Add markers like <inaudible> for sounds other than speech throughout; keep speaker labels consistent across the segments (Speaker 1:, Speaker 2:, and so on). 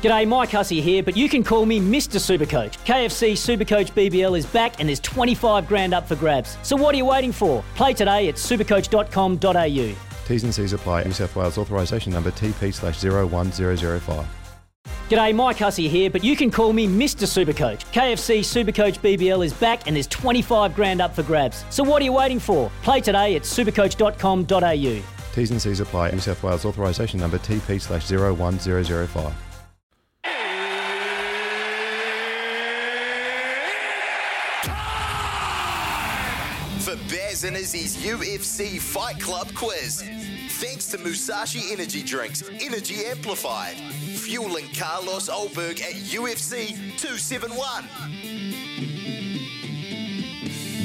Speaker 1: G'day, Mike Hussey here, but you can call me Mr. Supercoach. KFC Supercoach BBL is back and there's 25 grand up for grabs. So what are you waiting for? Play today at supercoach.com.au.
Speaker 2: T's and C's apply. New South Wales authorisation number TP slash 01005.
Speaker 1: G'day, Mike Hussey here, but you can call me Mr. Supercoach. KFC Supercoach BBL is back and there's 25 grand up for grabs. So what are you waiting for? Play today at supercoach.com.au.
Speaker 2: T's and C's apply. New South Wales authorisation number TP slash 01005.
Speaker 3: Bears and Izzy's UFC Fight Club quiz. Thanks to Musashi Energy Drinks, Energy Amplified, fueling Carlos Olberg at UFC 271.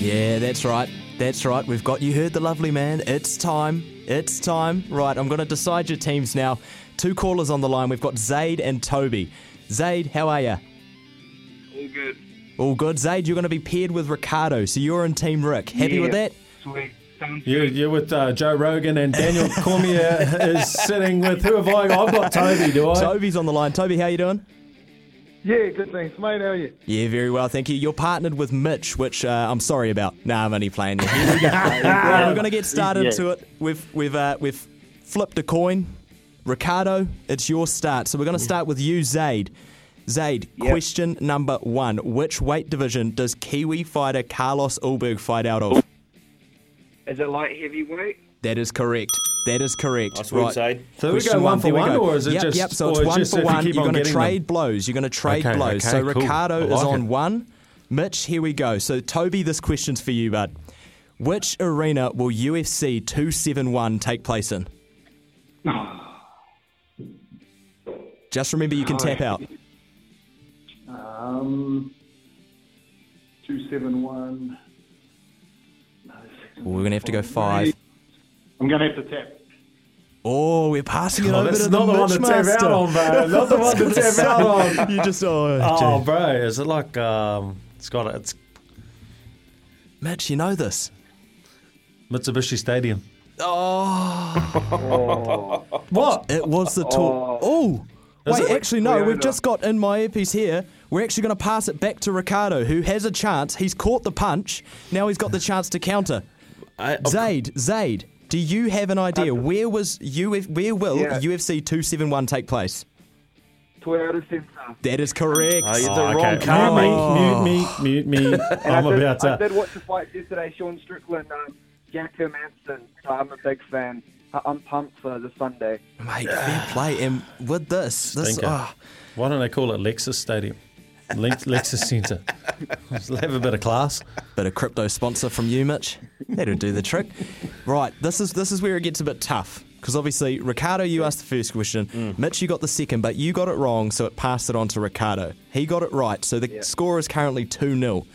Speaker 4: Yeah, that's right. That's right. We've got you heard the lovely man. It's time. It's time. Right, I'm going to decide your teams now. Two callers on the line. We've got Zaid and Toby. Zaid, how are you?
Speaker 5: All good.
Speaker 4: All good. Zaid, you're going to be paired with Ricardo, so you're in Team Rick. Happy
Speaker 5: Yeah.
Speaker 4: with that?
Speaker 5: Sweet. Sounds
Speaker 6: You,
Speaker 5: good.
Speaker 6: you're with uh, Joe Rogan and Daniel Cormier <laughs> is sitting with who have I? got? I've got Toby. Do I?
Speaker 4: Toby's on the line. Toby, how you doing?
Speaker 5: Yeah, good thanks, mate. How are you?
Speaker 4: Yeah, very well, thank you. You're partnered with Mitch, which uh, I'm sorry about. Nah, I'm only playing. you. Here we go.
Speaker 6: <laughs>
Speaker 4: Right, we're going to get started to it. We've we've uh, we've flipped a coin. Ricardo, it's your start. So we're going to start with you, Zaid. Zaid, question number one: Which weight division does Kiwi fighter Carlos Ulberg fight out of?
Speaker 5: Is it light heavyweight?
Speaker 4: That is correct. That is correct.
Speaker 7: Nice work, Zaid.
Speaker 6: So we go
Speaker 4: Question
Speaker 6: one for
Speaker 4: there we
Speaker 6: one,
Speaker 4: go.
Speaker 6: or is it
Speaker 4: yep,
Speaker 6: just?
Speaker 4: Yep, so
Speaker 6: or
Speaker 4: it's one
Speaker 6: just
Speaker 4: for
Speaker 6: if you
Speaker 4: one.
Speaker 6: keep
Speaker 4: You're
Speaker 6: on
Speaker 4: going to
Speaker 6: getting
Speaker 4: trade
Speaker 6: them?
Speaker 4: blows. You're going to trade
Speaker 2: Okay,
Speaker 4: blows.
Speaker 2: okay,
Speaker 4: so
Speaker 2: cool.
Speaker 4: Ricardo
Speaker 2: I
Speaker 4: is
Speaker 2: like
Speaker 4: on
Speaker 2: it.
Speaker 4: one. Mitch, here we go. So Toby, this question's for you, bud. Which arena will UFC 271 take place in? Just remember you can tap out.
Speaker 5: Um, two seven one. No, six,
Speaker 4: We're going to have to go five.
Speaker 5: I'm gonna have to tap.
Speaker 4: Oh, we're passing it
Speaker 6: Oh,
Speaker 4: over
Speaker 6: that's
Speaker 4: to
Speaker 6: not
Speaker 4: the
Speaker 6: the one
Speaker 4: Mitch
Speaker 6: to tap
Speaker 4: master.
Speaker 6: out on, bro. Not the
Speaker 4: <laughs>
Speaker 6: one to tap out on.
Speaker 4: You just oh,
Speaker 7: Oh,
Speaker 4: gee.
Speaker 7: bro, is it like um, it's got it's
Speaker 4: Mitch, you know this.
Speaker 7: Mitsubishi Stadium?
Speaker 6: What?
Speaker 4: It was the tour. Oh, wait,
Speaker 6: it?
Speaker 4: actually, no.
Speaker 5: We
Speaker 4: We've
Speaker 5: own
Speaker 4: just got in my earpiece here. We're actually going to pass it back to Ricardo, who has a chance. He's caught the punch. Now he's got the chance to counter.
Speaker 7: I,
Speaker 4: Zaid, Zaid, do you have an idea? Where was Uf- Where will
Speaker 5: Yeah.
Speaker 4: UFC 271 take place?
Speaker 5: Toyota uh, Centre.
Speaker 4: That is correct.
Speaker 7: oh, you did
Speaker 4: Oh,
Speaker 7: the
Speaker 2: okay.
Speaker 7: wrong car,
Speaker 6: Mute
Speaker 7: mate.
Speaker 6: me, mute me,
Speaker 7: <laughs>
Speaker 6: mute me. I'm
Speaker 5: I did,
Speaker 6: about
Speaker 5: I did
Speaker 6: to.
Speaker 5: watch the fights yesterday. Sean Strickland, um, Jack Hermanson. So I'm a big fan. I- I'm pumped for the Sunday.
Speaker 4: Mate, fair play. And with this, this
Speaker 7: Stinker.
Speaker 4: oh,
Speaker 7: Why don't they call it Lexus Stadium? <laughs> Lex- Lexus Centre. Just have a bit of class.
Speaker 4: bit of crypto sponsor from you, Mitch. That'll do the trick. Right, this is this is where it gets a bit tough because obviously Ricardo, you asked the first question,
Speaker 6: Mm.
Speaker 4: Mitch, you got the second, but you got it wrong, so it passed it on to Ricardo. He got it right, so the score is currently two 0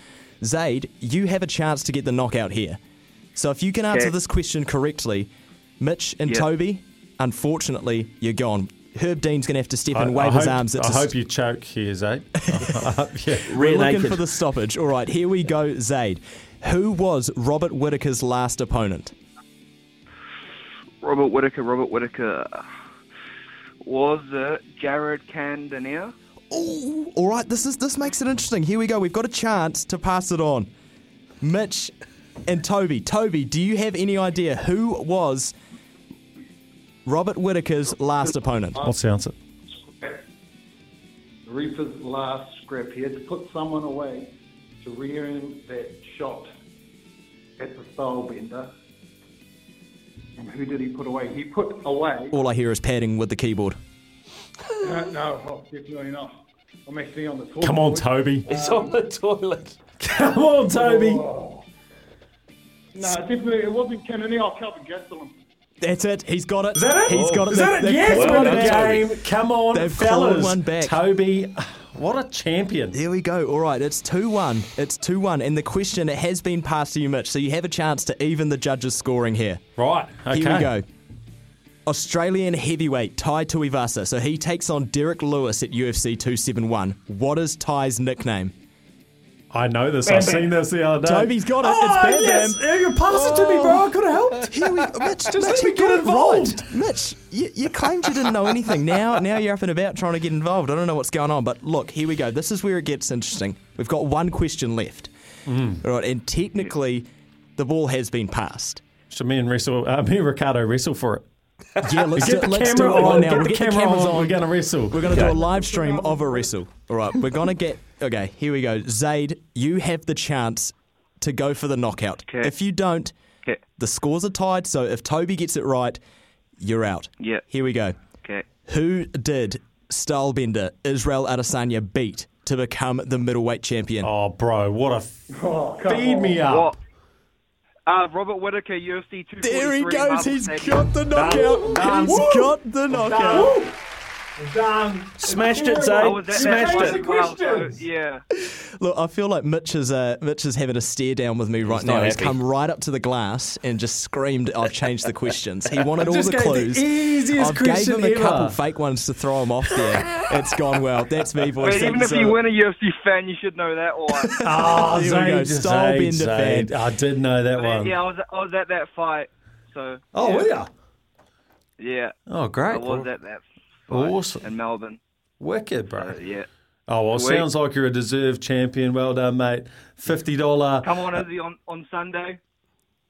Speaker 4: Zaid, you have a chance to get the knockout here. So if you can answer
Speaker 5: Okay.
Speaker 4: this question correctly, Mitch and
Speaker 5: Yeah.
Speaker 4: Toby, unfortunately, you're gone. Herb Dean's going to have to step in
Speaker 6: I,
Speaker 4: and wave
Speaker 6: I
Speaker 4: his
Speaker 6: hope-
Speaker 4: arms.
Speaker 6: I
Speaker 4: It's a
Speaker 6: hope you choke here,
Speaker 7: <laughs>
Speaker 6: Zay.
Speaker 4: we're looking
Speaker 7: Rear naked.
Speaker 4: for the stoppage. All right, here we go, Zaid. Who was Robert Whitaker's last opponent?
Speaker 5: Robert Whitaker, Robert Whitaker. Was it Jared Candanier?
Speaker 4: Ooh, all right, this is this makes it interesting. Here we go. We've got a chance to pass it on. Mitch and Toby. Toby, do you have any idea who was Robert Whitaker's last opponent?
Speaker 7: What's the answer?
Speaker 8: Reaper's last scrap. He had to put someone away to re-earn that shot at the Stylebender. And who did he put away? He put away.
Speaker 4: All I hear is padding with the keyboard.
Speaker 8: no, no, oh, definitely not. I'm actually on the toilet.
Speaker 7: Come on, Toby.
Speaker 9: It's on the toilet.
Speaker 7: Come on, Toby.
Speaker 8: Oh. No, definitely it wasn't Kennedy. Oh, Calvin Gastelum.
Speaker 4: That's it. He's got it. Is
Speaker 7: that it?
Speaker 4: He's got it.
Speaker 7: Is that it?
Speaker 4: They've-
Speaker 7: Yes,
Speaker 4: they've
Speaker 7: what
Speaker 4: clawed
Speaker 7: a
Speaker 4: it back.
Speaker 7: game. Come on,
Speaker 4: They've clawed
Speaker 7: fellas.
Speaker 4: one back.
Speaker 7: Toby, <sighs> what a champion.
Speaker 4: There we go. All right, it's 2 1. It's 2 1. And the question, it has been passed to you, Mitch, so you have a chance to even the judges' scoring here.
Speaker 7: Right, okay.
Speaker 4: Here we go. Australian heavyweight Tai Tuivasa. So he takes on Derek Lewis at UFC 271. What is Ty's nickname?
Speaker 7: I know this.
Speaker 9: Bam,
Speaker 7: I've
Speaker 9: bam.
Speaker 7: seen this the other day.
Speaker 4: Toby's got it. It's
Speaker 7: Oh,
Speaker 4: Bam
Speaker 7: yes.
Speaker 4: Bam. Oh.
Speaker 7: Yeah, you passed it to me, bro. I could have helped.
Speaker 4: <laughs> Here we, Mitch, just
Speaker 7: let me get involved.
Speaker 4: Right. Mitch, you, you claimed you didn't know anything. Now, now you're up and about trying to get involved. I don't know what's going on, but look, here we go. This is where it gets interesting. We've got one question left. All right, and technically, the ball has been passed.
Speaker 7: Should me and wrestle, uh, me and Ricardo wrestle for it.
Speaker 4: Yeah, let's do,
Speaker 7: Get the
Speaker 4: let's
Speaker 7: camera
Speaker 4: do it right
Speaker 7: on.
Speaker 4: now.
Speaker 7: Get
Speaker 4: we'll
Speaker 7: the
Speaker 4: get
Speaker 7: camera
Speaker 4: the cameras
Speaker 7: on.
Speaker 4: on.
Speaker 7: We're gonna wrestle.
Speaker 4: We're gonna do a live stream of a wrestle. All right, we're gonna get okay. Here we go. Zaid, you have the chance to go for the knockout.
Speaker 10: Okay.
Speaker 4: If you don't,
Speaker 10: Okay.
Speaker 4: the scores are tied. So if Toby gets it right, you're out.
Speaker 10: Yeah.
Speaker 4: Here we go.
Speaker 10: Okay.
Speaker 4: Who did Stylebender Israel Adesanya beat to become the middleweight champion?
Speaker 7: Oh, bro, what a f-
Speaker 8: Oh, come
Speaker 7: feed
Speaker 8: on.
Speaker 7: me up.
Speaker 9: What? Uh, Robert Whitaker, UFC 243.
Speaker 4: there he goes.
Speaker 9: Marvel
Speaker 4: He's
Speaker 9: Stadium.
Speaker 4: got the knockout.
Speaker 7: Done.
Speaker 4: He's
Speaker 7: Woo.
Speaker 4: got the knockout.
Speaker 7: Woo!
Speaker 8: Done.
Speaker 9: Smashed it,
Speaker 8: I
Speaker 9: Zay.
Speaker 8: was at that
Speaker 9: Smashed
Speaker 8: point
Speaker 9: it.
Speaker 8: as well, so-
Speaker 9: yeah.
Speaker 4: Look, I feel like Mitch is uh, Mitch is having a stare down with me right now.
Speaker 9: not
Speaker 4: He's
Speaker 9: happy.
Speaker 4: come right up to the glass and just screamed, "I've changed the questions." He wanted all
Speaker 7: just
Speaker 4: the
Speaker 7: gave the
Speaker 4: clues.
Speaker 7: easiest
Speaker 4: I've
Speaker 7: question
Speaker 4: gave him a couple
Speaker 7: ever.
Speaker 4: fake ones to throw him off there. it's gone well. That's me
Speaker 9: But
Speaker 4: voicing.
Speaker 9: even if
Speaker 4: so-
Speaker 9: you weren't a UFC fan, you should know that one.
Speaker 4: <laughs>
Speaker 7: Oh,
Speaker 4: Here we go.
Speaker 7: Zayd,
Speaker 4: Style
Speaker 7: Zayd,
Speaker 4: bender
Speaker 7: Zayd.
Speaker 4: fan.
Speaker 7: I did know <laughs> that one.
Speaker 9: yeah, I was, I was at that fight. So,
Speaker 7: Oh, were ya?
Speaker 9: yeah.
Speaker 7: Oh, great.
Speaker 9: I was at that fight
Speaker 7: Awesome.
Speaker 9: in Melbourne.
Speaker 7: Wicked, bro.
Speaker 9: Uh, Yeah.
Speaker 7: Oh, well,
Speaker 9: Sweet.
Speaker 7: sounds like you're a deserved champion. Well done, mate. $50.
Speaker 9: Come on, Izzy, on, on Sunday.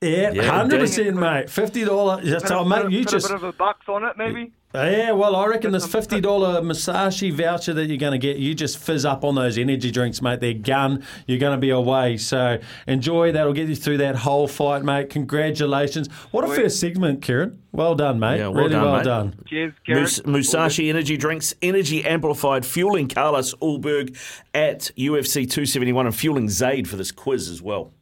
Speaker 7: Yeah, hundred percent,
Speaker 9: dang.
Speaker 7: mate. Fifty dollar. So,
Speaker 9: Put a-
Speaker 7: mate, you
Speaker 9: put
Speaker 7: just
Speaker 9: a bit of a bucks on it, maybe.
Speaker 7: yeah. Well, I reckon this fifty dollar Masashi voucher that you're going to get, you just fizz up on those energy drinks, mate. They're gun. You're going to be away. So enjoy. That'll get you through that whole fight, mate. Congratulations. What a first segment, Kieran. Well done, mate.
Speaker 9: Yeah, well
Speaker 7: really
Speaker 9: done,
Speaker 7: well
Speaker 9: mate.
Speaker 7: done.
Speaker 9: Cheers, Karen.
Speaker 10: Mus- Musashi Energy Drinks, Energy Amplified, fueling Carlos Ulberg at UFC 271 and fueling Zaid for this quiz as well.